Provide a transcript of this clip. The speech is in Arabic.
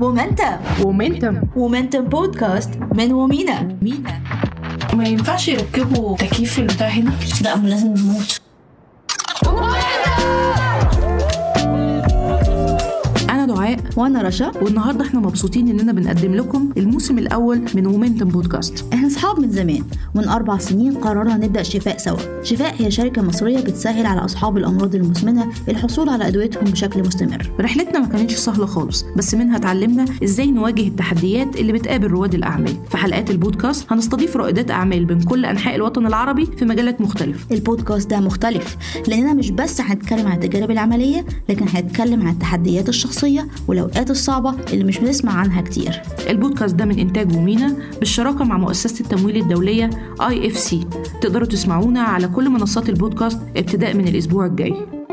مومنتم ومنتم مومنتم بودكاست من ومينا مينا ما ينفعش يركبوا تكييف البتاع هنا لا ما لازم نموت انا دعاء وانا رشا والنهارده احنا مبسوطين اننا بنقدم لكم الموسم الاول من ومنتم بودكاست احنا اصحاب من زمان من اربع سنين قررنا نبدا شفاء سوا شفاء هي شركه مصريه بتسهل على اصحاب الامراض المزمنه الحصول على ادويتهم بشكل مستمر رحلتنا ما كانتش سهله خالص بس منها اتعلمنا ازاي نواجه التحديات اللي بتقابل رواد الاعمال في حلقات البودكاست هنستضيف رائدات اعمال من كل انحاء الوطن العربي في مجالات مختلفه البودكاست ده مختلف لاننا مش بس هنتكلم عن التجارب العمليه لكن هنتكلم عن التحديات الشخصيه والاوقات الصعبه اللي مش بنسمع عنها كتير البودكاست ده من انتاج ومينا بالشراكه مع مؤسسه التمويل الدوليه اي اف سي تقدروا تسمعونا على كل منصات البودكاست ابتداء من الاسبوع الجاي